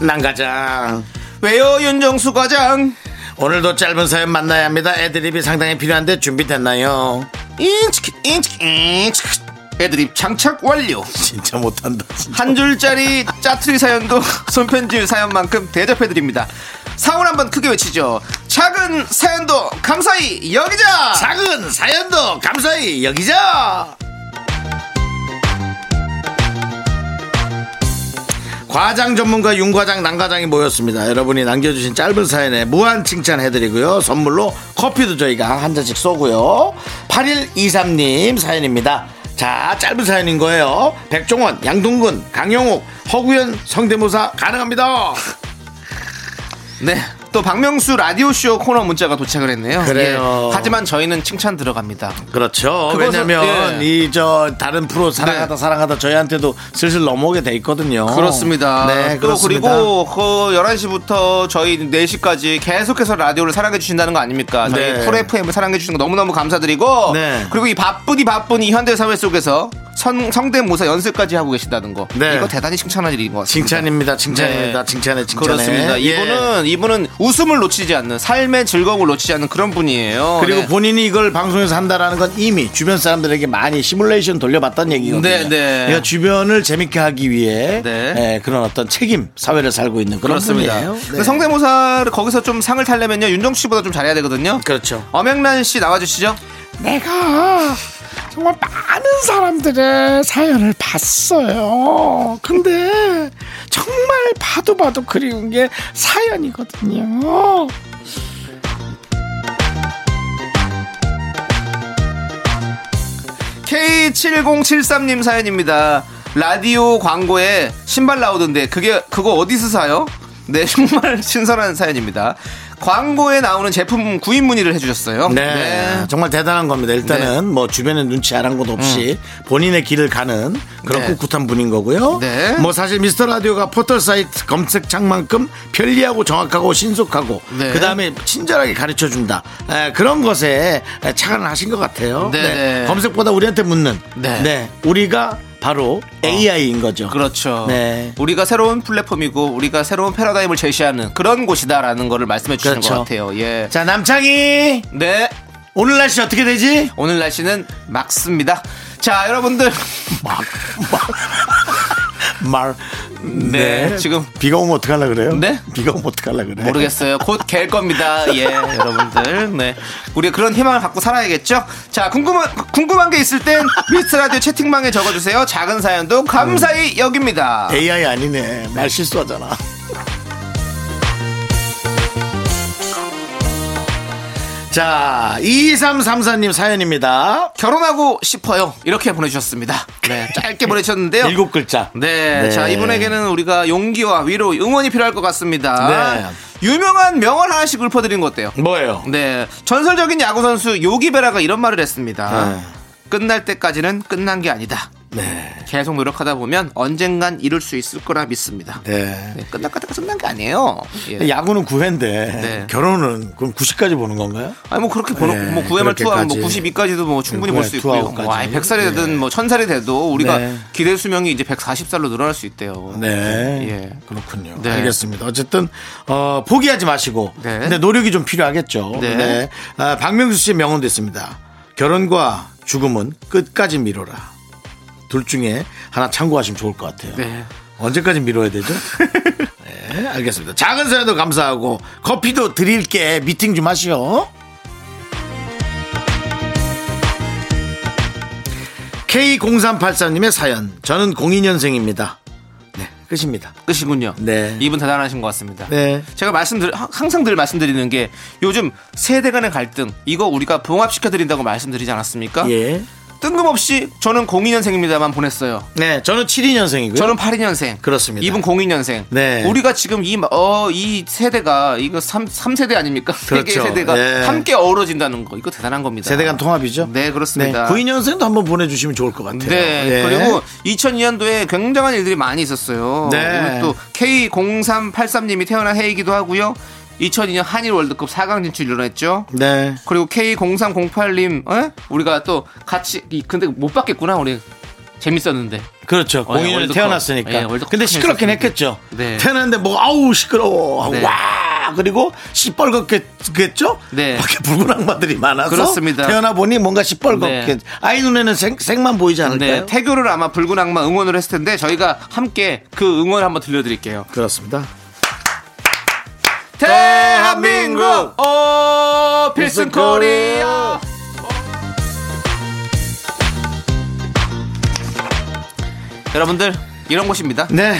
난가장.
왜요, 윤정수 과장?
오늘도 짧은 사연 만나야 합니다. 애드립이 상당히 필요한데 준비됐나요?
인치키, 인치키, 인치키. 애드립 장착 완료.
진짜 못한다. 진짜.
한 줄짜리 짜투리 사연도 손편지 사연만큼 대접해드립니다. 사원 한번 크게 외치죠. 작은 사연도 감사히 여기자!
작은 사연도 감사히 여기자. 과장 전문가 윤 과장 남 과장이 모였습니다. 여러분이 남겨주신 짧은 사연에 무한 칭찬해드리고요. 선물로 커피도 저희가 한 잔씩 쏘고요. 8123님 사연입니다. 자 짧은 사연인 거예요. 백종원, 양동근, 강영욱, 허구현 성대모사 가능합니다.
네. 또 박명수 라디오쇼 코너 문자가 도착을 했네요.
그래요.
예. 하지만 저희는 칭찬 들어갑니다.
그렇죠.
그것은-
왜냐면
예. 네.
이 저 다른 프로 사랑하다 사랑하다 저희한테도 슬슬 넘어오게 돼 있거든요.
그렇습니다.
네,
또
그렇습니다.
그리고 그 11시부터 저희 4시까지 계속해서 라디오를 사랑해 주신다는 거 아닙니까? 저희
네.
쿨 FM 사랑해 주시는 거 너무너무 감사드리고
네.
그리고 이 바쁘디 바쁜 이 현대 사회 속에서 선, 성대모사 연습까지 하고 계신다는 거
네.
이거 대단히 칭찬할 일인 것 같습니다.
칭찬입니다. 칭찬입니다.
네.
칭찬해 칭찬해.
그렇습니다.
예.
이분은 이분은 웃음을 놓치지 않는 삶의 즐거움을 놓치지 않는 그런 분이에요.
그리고
네.
본인이 이걸 방송에서 한다라는 건 이미 주변 사람들에게 많이 시뮬레이션 돌려봤던 얘기거든요.
네, 네.
그러니까 주변을 재밌게 하기 위해
네.
예, 그런 어떤 책임 사회를 살고 있는 그런
그렇습니다.
분이에요. 네.
근데 성대모사를 거기서 좀 상을 타려면요 윤정수 씨보다 좀 잘해야 되거든요.
그렇죠.
엄영란 씨 나와주시죠.
내가 정말 많은 사람들의 사연을 봤어요. 근데 정말 봐도 봐도 그리운 게 사연이거든요.
K7073님 사연입니다. 라디오 광고에 신발 나오던데 그게 그거 어디서 사요? 네 정말 신선한 사연입니다. 광고에 나오는 제품 구입 문의를 해주셨어요.
네. 정말 대단한 겁니다. 일단은
네.
뭐 주변에 눈치 아랑곳 없이 본인의 길을 가는 그런
음. 네.
꿋꿋한 분인 거고요.
네.
뭐 사실 미스터 라디오가 포털 사이트 검색창만큼 편리하고 정확하고 신속하고
네.
그 다음에 친절하게 가르쳐 준다. 그런 것에 에, 착안을 하신 것 같아요.
네, 네.
검색보다 우리한테 묻는.
네. 어.
우리가 바로 AI인 거죠.
그렇죠.
네.
우리가 새로운 플랫폼이고 우리가 새로운 패러다임을 제시하는 그런 곳이다라는 거를 말씀해 주시는
그렇죠.
것 같아요. 예.
자 남창희
네.
오늘 날씨 어떻게 되지?
오늘 날씨는 막습니다. 자, 여러분들.
말.
네, 지금
비가 오면 어떡하려 그래요?
네?
비가 오면 어떡하려 그래?
모르겠어요. 곧 갤 겁니다. 예, 여러분들. 네. 우리 그런 희망을 갖고 살아야겠죠? 자, 궁금한, 궁금한 게 있을 땐 미스터 라디오 채팅방에 적어주세요. 작은 사연도 감사히 여깁니다.
AI 아니네. 말 실수하잖아. 자, 2334님 사연입니다.
결혼하고 싶어요. 이렇게 보내주셨습니다. 네. 짧게 보내주셨는데요.
일곱 글자.
네,
네.
자 이분에게는 우리가 용기와 위로, 응원이 필요할 것 같습니다.
네.
유명한 명언 하나씩 읊어드리는 거 어때요?
뭐예요?
네, 전설적인 야구 선수 요기베라가 이런 말을 했습니다.
네.
끝날 때까지는 끝난 게 아니다.
네.
계속 노력하다 보면 언젠간 이룰 수 있을 거라 믿습니다.
네.
네, 끝날 때까지 끝난 게 아니에요. 예.
야구는 9회인데
네.
결혼은 그럼 90까지 보는 건가요?
아니 뭐 그렇게 보는
네,
뭐 9회말 투하면 뭐
그렇게까지.
92까지도 뭐 충분히 볼 수
네,
있고요.
투아웃까지.
뭐 아니 100살이 되든
네.
뭐 1000살이 돼도 우리가
네.
기대 수명이 이제 140살로 늘어날 수 있대요.
네.
예.
그렇군요.
네.
알겠습니다. 어쨌든, 어, 포기하지 마시고.
네.
근데 노력이 좀 필요하겠죠. 네.
네.
아, 박명수 씨의 명언도 있습니다. 결혼과 죽음은 끝까지 미뤄라. 둘 중에 하나 참고하시면 좋을 것 같아요.
네.
언제까지 미뤄야 되죠? 네, 알겠습니다. 작은 사연도 감사하고 커피도 드릴게 미팅 좀 하시오. K0384님의 사연. 저는 02년생입니다. 네, 끝입니다.
끝이군요.
네.
이분 대단하신 것 같습니다.
네.
제가 말씀드 하- 항상 늘 말씀드리는 게 요즘 세대 간의 갈등 이거 우리가 봉합시켜 드린다고 말씀드리지 않았습니까?
예.
뜬금없이 저는 02년생입니다만 보냈어요.
네, 저는 72년생이고요.
저는 82년생.
그렇습니다.
이분 02년생.
네.
우리가 지금 이, 마- 어, 이 세대가, 이거 3, 삼세대 아닙니까? 세
그렇죠.
개의 세대가
예.
함께 어우러진다는 거. 이거 대단한 겁니다.
세대 간 통합이죠.
네, 그렇습니다.
92년생도 한번 보내주시면 좋을 것 같아요.
네.
예.
그리고 2002년도에 굉장한 일들이 많이 있었어요.
네.
오늘 또 K0383님이 태어난 해이기도 하고요. 2002년 한일 월드컵 4강 진출 이뤄냈죠.
네.
그리고 K0308님, 어? 우리가 또 같이, 이- 근데 못 봤겠구나, 우리. 재밌었는데.
그렇죠.
어, 예,
02년
월드컵.
태어났으니까.
예, 월드컵
근데 시끄럽긴
했었는데.
했겠죠.
네.
태어났는데 뭐 아우 시끄러워. 하고
네.
와 그리고 시뻘겋겠죠.
네.
밖에 붉은 악마들이 많아서
그렇습니다.
태어나 보니 뭔가 시뻘겋게
네.
아이 눈에는 생, 생만 보이지 않을까요?
네, 태교를 아마 붉은 악마 응원을 했을 텐데 저희가 함께 그 응원 한번 들려드릴게요.
그렇습니다.
대한민국 오 어, 필승 코리아 여러분들 이런 곳입니다.
네.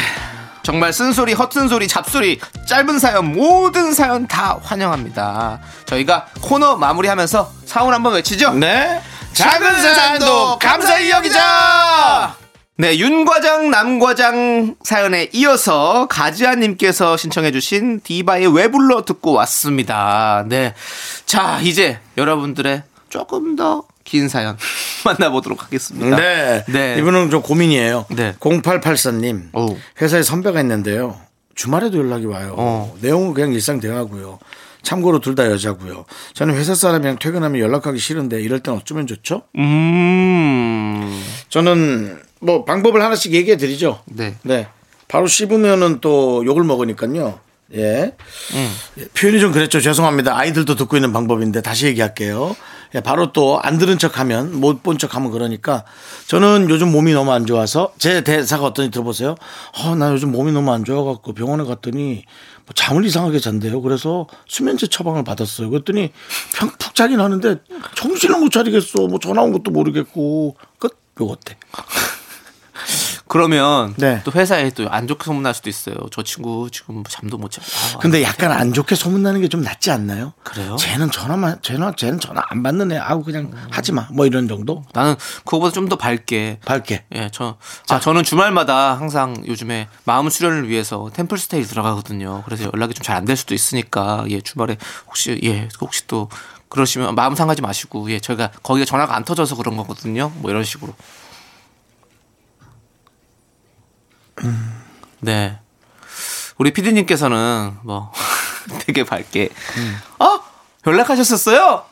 정말 쓴소리, 헛쓴소리, 잡소리, 짧은 사연, 모든 사연 다 환영합니다. 저희가 코너 마무리하면서 사운 한번 외치죠.
네.
작은 사연도 감사히 여기자! 네, 윤과장, 남과장 사연에 이어서 가지아님께서 신청해주신 디바의 왜 불러 듣고 왔습니다. 네. 자, 이제 여러분들의 조금 더 긴 사연 만나보도록 하겠습니다.
네.
네.
이분은 좀 고민이에요.
네.
0884님.
오.
회사에 선배가 있는데요. 주말에도 연락이 와요.
어.
내용은 그냥 일상 대화고요. 참고로 둘 다 여자고요. 저는 회사 사람이랑 퇴근하면 연락하기 싫은데 이럴 땐 어쩌면 좋죠?
음.
저는 뭐 방법을 하나씩 얘기해 드리죠.
네.
바로 씹으면은 또 욕을 먹으니까요. 예. 예, 표현이 좀 그랬죠. 죄송합니다. 아이들도 듣고 있는 방법인데 다시 얘기할게요. 예, 바로 또 안 들은 척 하면 못 본 척 하면 그러니까 저는 요즘 몸이 너무 안 좋아서 제 대사가 어떤지 들어보세요. 어, 나 요즘 몸이 너무 안 좋아갖고 병원에 갔더니 뭐 잠을 이상하게 잔대요. 그래서 수면제 처방을 받았어요. 그랬더니 그냥 푹 자긴 하는데 정신을 못 차리겠어. 뭐 전화 온 것도 모르겠고 끝. 요거 어때?
그러면
네.
또 회사에 또 안 좋게 소문날 수도 있어요. 저 친구 지금 잠도 못 자고. 아,
근데 약간 안 좋게 소문나는 게 좀 낫지 않나요?
그래요?
쟤는 전화만, 쟤는, 쟤는 전화 안 받는 애. 아우, 그냥 하지 마. 뭐 이런 정도?
나는 그거보다 좀 더 밝게.
밝게.
예, 저, 아, 저는 주말마다 항상 요즘에 마음 수련을 위해서 템플스테이 들어가거든요. 그래서 연락이 좀 잘 안 될 수도 있으니까, 예, 주말에 혹시, 예, 혹시 또 그러시면 마음 상하지 마시고, 예, 저희가 거기가 전화가 안 터져서 그런 거거든요. 뭐 이런 식으로.
음.
네. 우리 피디님께서는 뭐 되게 밝게
음.
어 연락하셨었어요?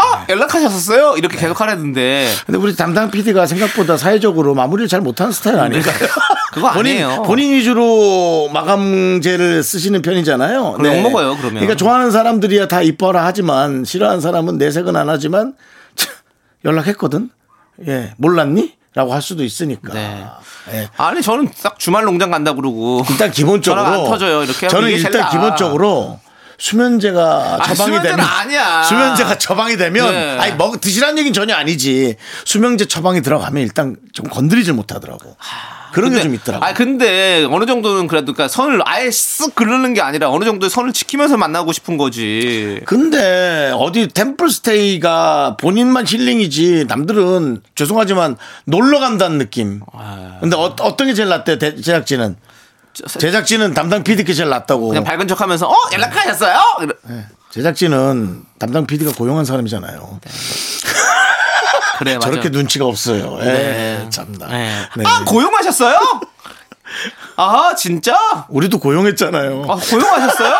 아
네.
연락하셨었어요? 이렇게 계속 하라는데
근데 우리 담당 PD가 생각보다 사회적으로 마무리를 잘 못하는 스타일 아닌가요?
그거
본인,
아니에요.
본인 위주로 마감제를 쓰시는 편이잖아요.
그럼 욕먹어요, 그러면.
그러니까 좋아하는 사람들이야 다 이뻐라 하지만 싫어하는 사람은 내색은 안 하지만 참, 연락했거든? 예, 몰랐니? 라고 할 수도 있으니까.
네.
예.
아니 저는 딱 주말 농장 간다 그러고
일단 기본적으로
전화가 안 터져요. 이렇게 하면
저는
이게 제일
일단
나아.
기본적으로 수면제가
아,
처방이
수면제는
되면
아니야.
수면제가 처방이 되면
네.
아니 먹 드시라는 얘기는 전혀 아니지 수면제 처방이 들어가면 일단 좀 건드리질 못하더라고 그런 게 좀 있더라고
아 근데 어느 정도는 그래도 그러니까 선을 아예 쓱 그르는 게 아니라 어느 정도 선을 지키면서 만나고 싶은 거지.
근데 어디 템플스테이가 본인만 힐링이지 남들은 죄송하지만 놀러 간다는 느낌
아.
근데 어, 떤게 제일 낫대 대- 제작진은 제작진은 담당 PD께 제일 낫다고
그냥 밝은 척하면서 어 연락하셨어요? 이러-
네. 제작진은 담당 PD가 고용한 사람이잖아요
그래 맞아.
저렇게 눈치가 없어요. 예,
네.
참나.
네.
네.
아 고용하셨어요? 아 진짜?
우리도 고용했잖아요.
아 고용하셨어요?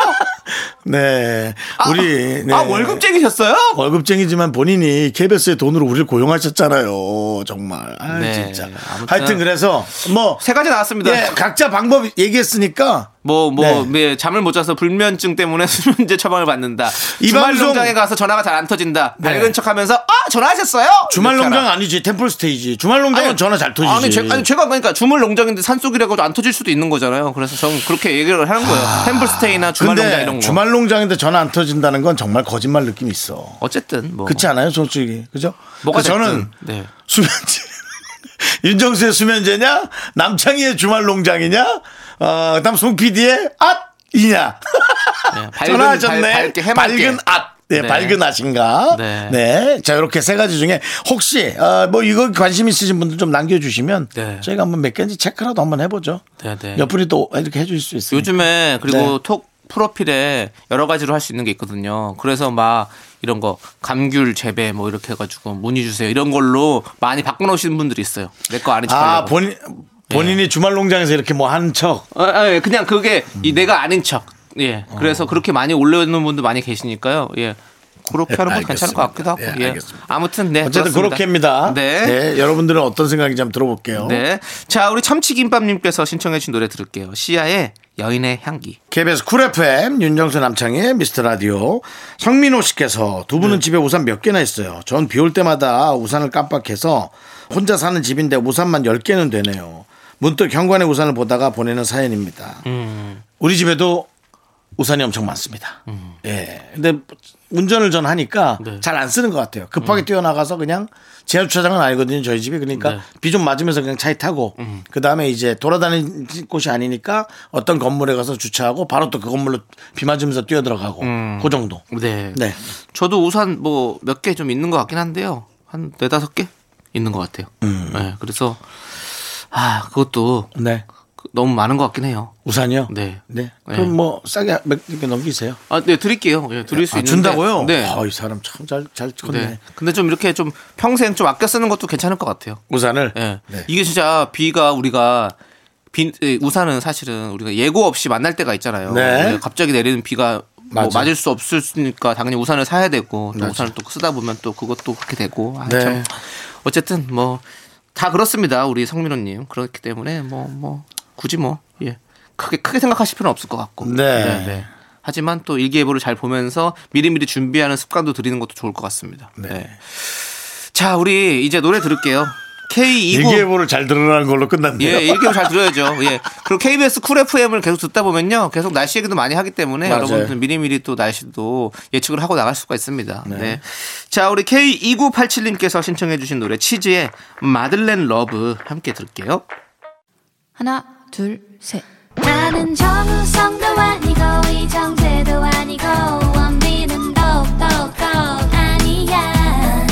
네.
아,
우리 네.
아 월급쟁이셨어요?
월급쟁이지만 본인이 KBS의 돈으로 우리를 고용하셨잖아요. 정말. 아,
네.
진짜.
아무튼.
하여튼 그래서 뭐
세 가지 나왔습니다.
예, 각자 방법 얘기했으니까
뭐, 뭐,
네.
예, 잠을 못 자서 불면증 때문에 수면제 처방을 받는다.
이
주말
방송- 네.
농장에 가서 전화가 잘 안 터진다. 밝은 척 하면서, 아, 전화하셨어요?
주말
이렇게
농장
하라.
아니지. 템플 스테이지. 주말 농장은
네, 아니,
전화 잘 터지지.
아니, 제, 아니, 제가 그러니까 주말 농장인데 산속이라고 해도 안 터질 수도 있는 거잖아요. 그래서 저는 그렇게 얘기를 하는 거예요. 템플스테이나 주말 농장 이런
아, 근데
거.
주말 농장인데 전화 안 터진다는 건 정말 거짓말 느낌이 있어.
어쨌든, 뭐.
그렇지 않아요, 솔직히. 그죠?
뭐가
그래서 저는
됐든, 네.
수면제. 윤정수의 수면제냐? 남창희의 주말 농장이냐? 어, 그다음 송 PD의 앗이냐?
네, 밝은,
전화하셨네.
밝- 밝게 해맑게.
밝은 앗. 네,
네.
밝은 앗인가? 네.
네.
자, 이렇게 세 가지 중에 혹시 어, 뭐 이거 관심 있으신 분들 좀 남겨 주시면
네.
저희가 한번 몇 개인지 체크라도 한번 해 보죠.
네, 네.
옆분이 또 이렇게 해 주실 수 있어요.
요즘에 그리고
네.
톡 프로필에 여러 가지로 할 수 있는 게 있거든요. 그래서 막 이런 거 감귤 재배 뭐 이렇게 해가지고 문의 주세요 이런 걸로 많이 바꿔놓으시는 분들이 있어요. 네. 내 거 아닌
아,
척하려고.
본인 본인이 주말 농장에서 이렇게 뭐 한 척.
아, 아, 예. 그냥 그게 이 내가 아닌 척. 예.
어.
그래서 그렇게 많이 올려놓는 분도 많이 계시니까요. 예. 그렇게 하는 것도 괜찮을 것 같기도 하고.
네,
예.
알겠습니다.
아무튼 네.
어쨌든
그렇습니다.
그렇게입니다.
네.
여러분들은 어떤 생각인지 한번 들어볼게요.
네. 자, 우리 참치김밥님께서 신청해주신 노래 들을게요. 시아의 여인의 향기.
KBS 쿨 FM 윤정수 남창의 미스터 라디오 성민호 씨께서 두
네.
분은 집에 우산 몇 개나 있어요. 전 비 올 때마다 우산을 깜빡해서 혼자 사는 집인데 우산만 10개는 되네요. 문득 현관의 우산을 보다가 보내는 사연입니다. 우리 집에도 우산이 엄청 많습니다.
음.
예. 근데 운전을 전 하니까
네.
잘 안 쓰는 것 같아요.
음.
급하게 뛰어나가서 그냥 지하 주차장은 아니거든요. 저희 집이 그러니까
네.
비 좀 맞으면서 그냥 차에 타고 그 다음에 이제 돌아다니는 곳이 아니니까 어떤 건물에 가서 주차하고 바로 또 그 건물로 비 맞으면서 뛰어 들어가고 그 정도.
네.
네.
저도 우산 뭐 몇 개 좀 있는 것 같긴 한데요. 한 네다섯 개 있는 것 같아요.
음.
네, 그래서 아 그것도
네.
그- 너무 많은 것 같긴 해요.
우산이요?
네.
네.
네.
그럼 뭐 싸게 몇 개 넘기세요.
아, 네 드릴게요. 예, 드릴 수
아,
있는데.
준다고요?
네.
아, 이 사람 참 잘 잘 그렇죠. 찍었네.
네. 근데 좀 이렇게 좀 평생 좀 아껴 쓰는 것도 괜찮을 것 같아요.
우산을.
예.
네.
이게 진짜 비가 우리가 비, 예, 우산은 사실은 우리가 예고 없이 만날 때가 있잖아요.
네.
예, 갑자기 내리는 비가 뭐
맞아.
맞을 수 없으니까 당연히 우산을 사야 되고 또
맞아.
우산을 또 쓰다 보면 또 그것도 그렇게 되고 아,
네.
참. 어쨌든 뭐 다 그렇습니다. 우리 성민호님 그렇기 때문에 뭐 뭐 굳이 뭐 예. 크게 크게 생각하실 필요는 없을 것 같고.
네.
하지만 또 일기예보를 잘 보면서 미리미리 준비하는 습관도 들이는 것도 좋을 것 같습니다. 네. 자, 우리 이제 노래 들을게요. K29
일기예보를 잘 들으라는 걸로 끝났네요.
예, 일기예보 잘 들어야죠. 예. 그리고 KBS 쿨 FM을 계속 듣다 보면요. 계속 날씨 얘기도 많이 하기 때문에
맞아요.
여러분들 미리미리 또 날씨도 예측을 하고 나갈 수가 있습니다. 네. 자, 우리 K2987님께서 신청해 주신 노래 치즈의 마들렌 러브 함께 들을게요.
하나, 둘, 셋.
나는 정우성도 아니고 이정재도 아니고 원빈은 더욱더 아니야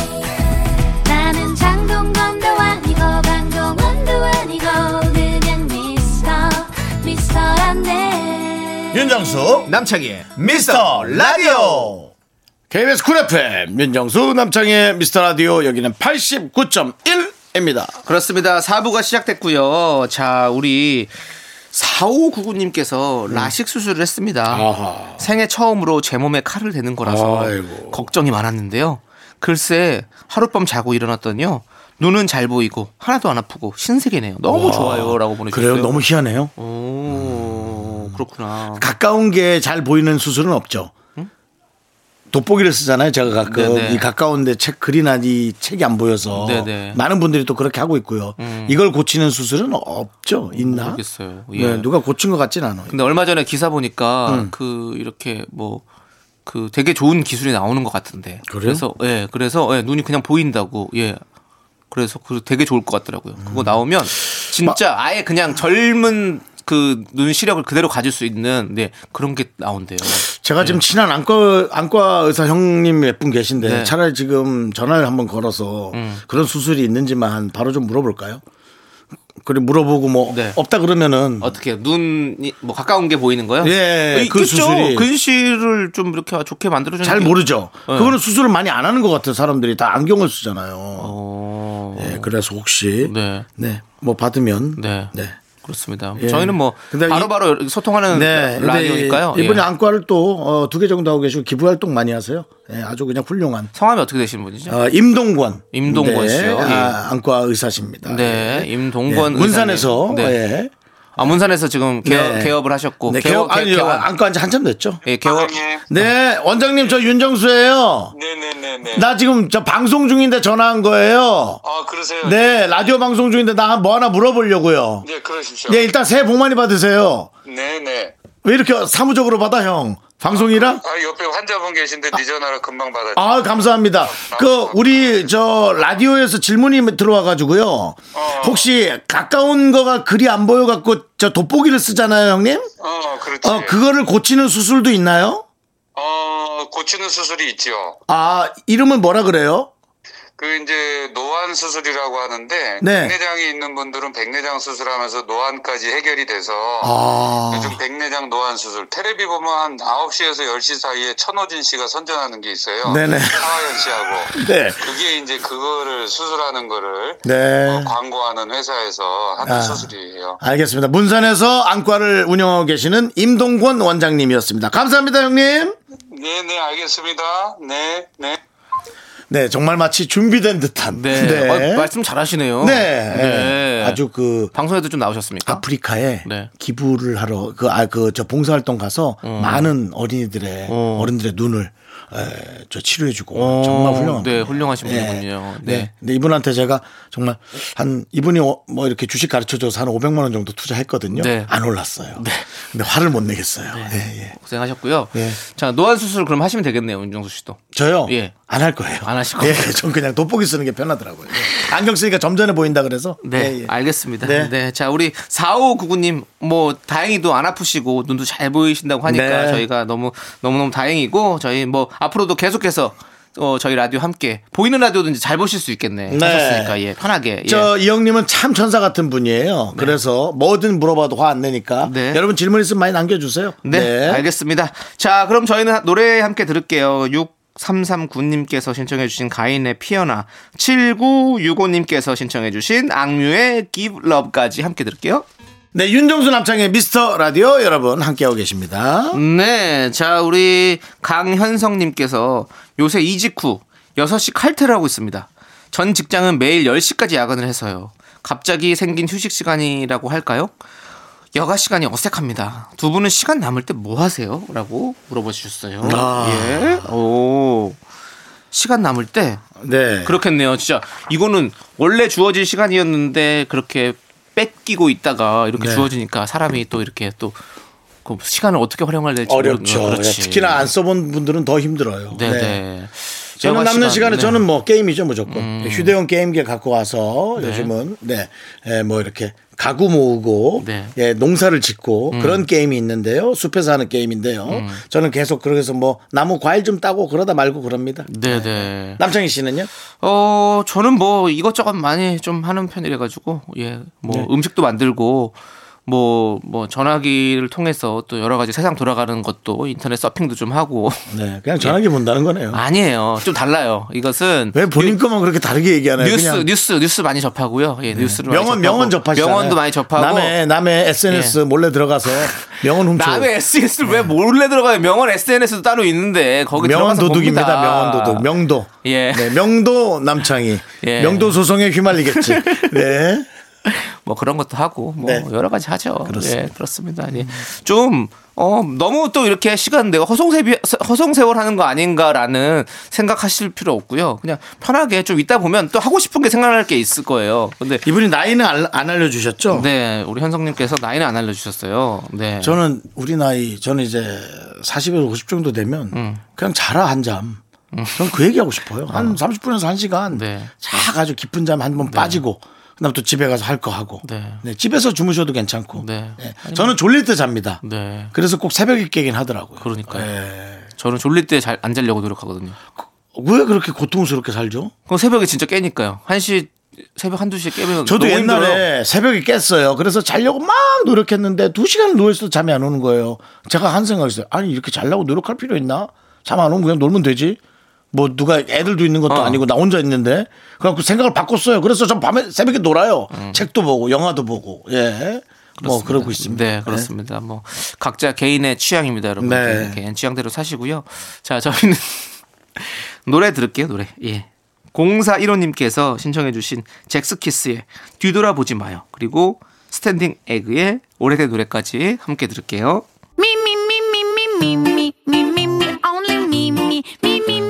나는 장동건도 아니고 강동원도 아니고 그냥 미스터 미스터란데
윤정수
남창희의
미스터 라디오
KBS 쿨 FM 윤정수 남창의 미스터 라디오 여기는 89.1입니다.
그렇습니다. 4부가 시작됐고요. 자, 우리 4599님께서 라식 수술을 했습니다.
아하.
생애 처음으로 제 몸에 칼을 대는 거라서
아이고.
걱정이 많았는데요. 글쎄 하룻밤 자고 일어났더니요. 눈은 잘 보이고 하나도 안 아프고 신세계네요. 너무 좋아요라고 보내주셨어요.
그래요? 너무 희한해요.
오, 그렇구나.
가까운 게 잘 보이는 수술은 없죠. 돋보기를 쓰잖아요. 제가 가끔
네네.
이 가까운데 책 글이나 이 책이 안 보여서
네네. 음.
많은 분들이 또 그렇게 하고 있고요. 이걸 고치는 수술은 없죠. 있나?
모르겠어요. 예.
네, 누가 고친 것 같진 않아요.
근데 얼마 전에 기사 보니까
음.
그 이렇게 뭐 그 되게 좋은 기술이 나오는 것 같은데.
그래요?
서 예, 그래서 예, 눈이 그냥 보인다고. 예. 그래서 그 되게 좋을 것 같더라고요.
음.
그거 나오면 진짜 아예 그냥 젊은 그 눈 시력을 그대로 가질 수 있는 네, 그런 게 나온대요.
제가 지금 친한 안과 안과 의사 형님 몇 분 계신데
예. 네. 음.
차라리 지금 전화를 한번 걸어서 그런 수술이 있는지만 바로 좀 물어볼까요? 그리고 물어보고 뭐
네.
없다 그러면은
어떻게 해요? 눈이 뭐 가까운 게 보이는 거요?
예,
이-
그
있죠.
수술이.
근시를 좀 이렇게 좋게 만들어 주는
잘 모르죠. 그거는 수술을 많이 안 하는 것 같아요. 사람들이 다 안경을 쓰잖아요. 예, 그래서 혹시
어. 네.
네. 뭐 받으면
네.
네.
그렇습니다.
예.
저희는 뭐
근데 이-
바로바로 소통하는
네, 근데
라디오니까요.
이- 아- 이번에
예.
안과를 또 어, 두 개 정도 하고 계시고 기부 활동 많이 하세요. 예, 아주 그냥 훌륭한
성함이 어떻게 되시는 분이죠?
어, 임동권.
임동권 씨요? 예.
아, 안과 의사십니다.
네,
예.
임동권
예, 문산에서
의사님. 네.
예.
아 문산에서 지금 개업,
네.
개업을 하셨고
네,
개업
개업 아니
개업
안과 한지 한참 됐죠.
예, 개업
네, 원장님 저 윤정수예요.
네네네네.
나 지금 저 방송 중인데 전화한 거예요.
아 그러세요?
네, 라디오 방송 중인데 나 뭐 하나 물어보려고요.
네 그러십시오.
네, 일단 새해 복 많이 받으세요.
네네.
왜 이렇게 사무적으로 받아 형? 방송이라?
아 옆에 환자분 계신데 네 전화로 금방 받았죠.
아 감사합니다. 그 우리 저 라디오에서 질문이 들어와 가지고요. 혹시 가까운 거가 글이 안 보여 갖고 저 돋보기를 쓰잖아요, 형님.
어 그렇지.
어 그거를 고치는 수술도 있나요?
어, 고치는 수술이 있지요.
아 이름은 뭐라 그래요?
그 이제 노안 수술이라고 하는데
네.
백내장이 있는 분들은 백내장 수술하면서 노안까지 해결이 돼서
아,
요즘 백내장 노안 수술 테레비 보면 한 9시에서 10시 사이에 천호진 씨가 선전하는 게 있어요.
네네.
하화연 씨하고.
네.
그게 이제 그거를 수술하는 거를
네. 아.
어, 광고하는 회사에서 하는 수술이에요.
알겠습니다. 문산에서 안과를 운영하고 계시는 임동권 원장님이었습니다. 네, 감사합니다, 형님.
네네 알겠습니다. 네 네.
네, 정말 마치 준비된 듯한.
네. 어, 말씀 잘하시네요.
네. 네. 아주 그
방송에도 좀 나오셨습니까?
아프리카에
네.
기부를 하러 그 아 그 저 봉사활동 가서
어.
많은 어린이들의 어. 른들의 눈을 에, 저 치료해주고
어,
정말 훌륭한
네,
분이에요.
훌륭하신
네.
분이군요.
네.
네.
근데 이분한테 제가 정말 한 이분이 어- 뭐 이렇게 주식 가르쳐 줘서 한 500만 원 정도 투자했거든요.
네.
안 올랐어요. 근데 화를 못 내겠어요. 예, 예.
고생하셨고요.
예.
자, 노안 수술 그럼 하시면 되겠네요, 윤정수 씨도.
저요?
예.
안 할 거예요.
안 하실 거예요?
예, 전 그냥 돋보기 쓰는 게 편하더라고요. 예. 안경 쓰니까 점잖해 보인다 그래서.
네,
예, 예.
알겠습니다.
네.
네. 자, 우리 4599님, 뭐, 다행히도 안 아프시고, 눈도 잘 보이신다고 하니까
네.
저희가 너무, 너무너무 다행이고, 저희 뭐, 앞으로도 계속해서, 어, 저희 라디오 함께, 보이는 라디오든지 잘 보실 수 있겠네.
네.
하셨으니까, 예, 편하게. 예. 네.
저 이형님은 참 천사 같은 분이에요. 그래서 뭐든 물어봐도 화 안 내니까 여러분 질문 있으면 많이 남겨주세요.
네, 알겠습니다. 자, 그럼 저희는 노래 함께 들을게요. 6339님께서 신청해주신 가인의 피어나, 7965님께서 신청해주신 악뮤의 Give Love까지 함께 들을게요.
네, 윤정수 남창의 미스터 라디오 여러분 함께하고 계십니다.
네, 자 우리 강현성님께서 요새 이직 후 6시 칼퇴를 하고 있습니다. 전 직장은 매일 10시까지 야근을 해서요. 갑자기 생긴 휴식 시간이라고 할까요? 여가 시간이 어색합니다. 두 분은 시간 남을 때 뭐 하세요? 라고 물어봐 주셨어요.
아.
예. 오. 시간 남을 때
네.
그렇겠네요. 진짜 이거는 원래 주어진 시간이었는데 그렇게 뺏기고 있다가 이렇게
네.
주어지니까 사람이 또 이렇게 또 그 시간을 어떻게 활용해야 될지
어렵죠. 아,
모르- 그렇지.
특히나 안 써본 분들은 더 힘들어요.
네네.
저는
여가
남는 시간, 에
네. 음.
저는 뭐 게임이죠 무조건 휴대용 게임기 갖고 와서
네.
요즘은 네뭐 이렇게 가구 모으고
네. 음.
예, 농사를 짓고 그런 게임이 있는데요 숲에서 하는 게임인데요 저는 계속 그래서 뭐 나무 과일 좀 따고 그러다 말고 그럽니다
네네.
남창희 씨는요
어 저는 뭐 이것저것 많이 좀 하는 편이라 가지고 예 뭐
네.
음식도 만들고 뭐 뭐 전화기를 통해서 또 여러 가지 세상 돌아가는 것도 인터넷 서핑도 좀 하고
네 그냥 전화기 본다는 거네요
예. 아니에요 좀 달라요 이것은
왜 본인 것만 그렇게 다르게 얘기하나요
뉴스
네, 그냥 네.
뉴스 뉴스 많이 접하고요. 예, 뉴스를
명언
많이
명언
접하고,
접하시잖아요
명언도 많이 접하고
남의 남의 SNS 몰래 들어가서 명언 훔쳐
남의 SNS를 왜 몰래 들어가요? 명언 SNS도 따로 있는데 거기
명언
들어가서
도둑입니다.
봅니다.
명언 도둑. 명도.
예.
네, 명도 남창희.
예.
명도 소송에 휘말리겠지. 네.
뭐 그런 것도 하고 뭐
네.
여러 가지 하죠.
그렇습니다.
예, 그렇습니다. 예. 좀 어, 너무 또 이렇게 시간 내고 허송세비, 허송세월 하는 거 아닌가라는 생각하실 필요 없고요. 그냥 편하게 좀 있다 보면 또 하고 싶은 게 생각날 게 있을 거예요. 근데
이분이 나이는 알- 안 알려주셨죠?
네, 우리 현성님께서 나이는 안 알려주셨어요. 네.
저는 우리 나이, 저는 이제 40에서 50 정도 되면
음.
그냥 자라 한 잠. 저는 그 얘기하고 싶어요. 한 30분에서 1시간.
아. 네.
쫙 아주 깊은 잠 한 번 빠지고. 그 다음 또 집에 가서 할 거 하고.
네.
네, 집에서 주무셔도 괜찮고.
네.
네, 저는 졸릴 때 잡니다.
네.
그래서 꼭 새벽에 깨긴 하더라고요.
그러니까요.
예.
저는 졸릴 때 잘 안 자려고 노력하거든요.
왜 그렇게 고통스럽게 살죠?
그럼 새벽에 진짜 깨니까요. 1시 새벽 1, 2시에 깨면
저도
너무
옛날에
힘들어요.
새벽에 깼어요. 그래서 자려고 막 노력했는데 두 시간 누워있어도 잠이 안 오는 거예요. 제가 한 생각했어요. 아니 이렇게 자려고 노력할 필요 있나? 잠 안 오면 그냥 놀면 되지. 뭐 누가 애들도 있는 것도
어.
아니고 나 혼자 있는데 그래갖고 생각을 바꿨어요. 그래서 전 밤에 새벽에 놀아요. 책도 보고 영화도 보고 예. 뭐 그러고 있습니다.
네, 그렇습니다. 뭐 각자 개인의 취향입니다, 여러분.
네.
개인 취향대로 사시고요. 자, 저희는 노래 들을게요, 노래. 예. 04 1호님께서 신청해주신 잭스키스의 뒤돌아보지 마요. 그리고 스탠딩 에그의 오래된 노래까지 함께 들을게요.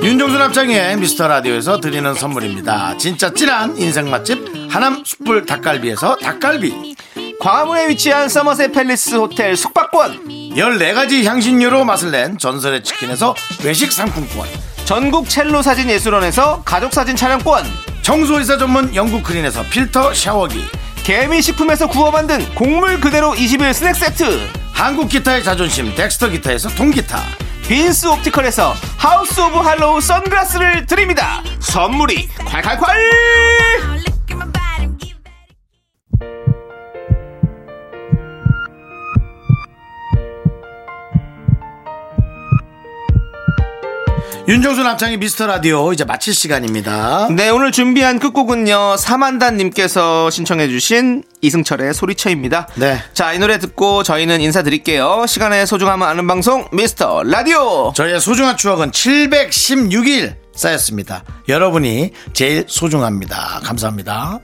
윤종수 합장의 미스터 라디오에서 드리는 선물입니다. 진짜 찐한 인생 맛집 하남 숯불 닭갈비에서 닭갈비
광화문에 위치한 서머셋 팰리스 호텔 숙박권
14가지 향신료로 맛을 낸 전설의 치킨에서 외식 상품권
전국 첼로 사진 예술원에서 가족 사진 촬영권
청소이사 전문 영국 크린에서 필터 샤워기
개미 식품에서 구워 만든 곡물 그대로 21 스낵 세트
한국 기타의 자존심 덱스터 기타에서 통기타
빈스 옵티컬에서 하우스 오브 할로우 선글라스를 드립니다. 선물이 콸콸콸!
윤정수 남창의 미스터 라디오 이제 마칠 시간입니다
네, 오늘 준비한 끝곡은요. 사만단님께서 신청해주신 이승철의 소리쳐입니다.
네.
자, 이 노래 듣고 저희는 인사드릴게요. 시간의 소중함을 아는 방송, 미스터 라디오!
저희의 소중한 추억은 716일 쌓였습니다. 여러분이 제일 소중합니다. 감사합니다.